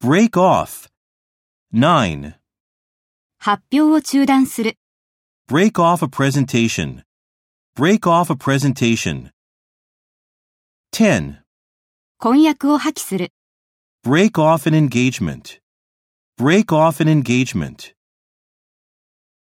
break off. 9. 発表を中断する。 Break off a presentation. Break off a presentation. 10. 婚約を破棄する。 Break off an engagement. Break off an engagement.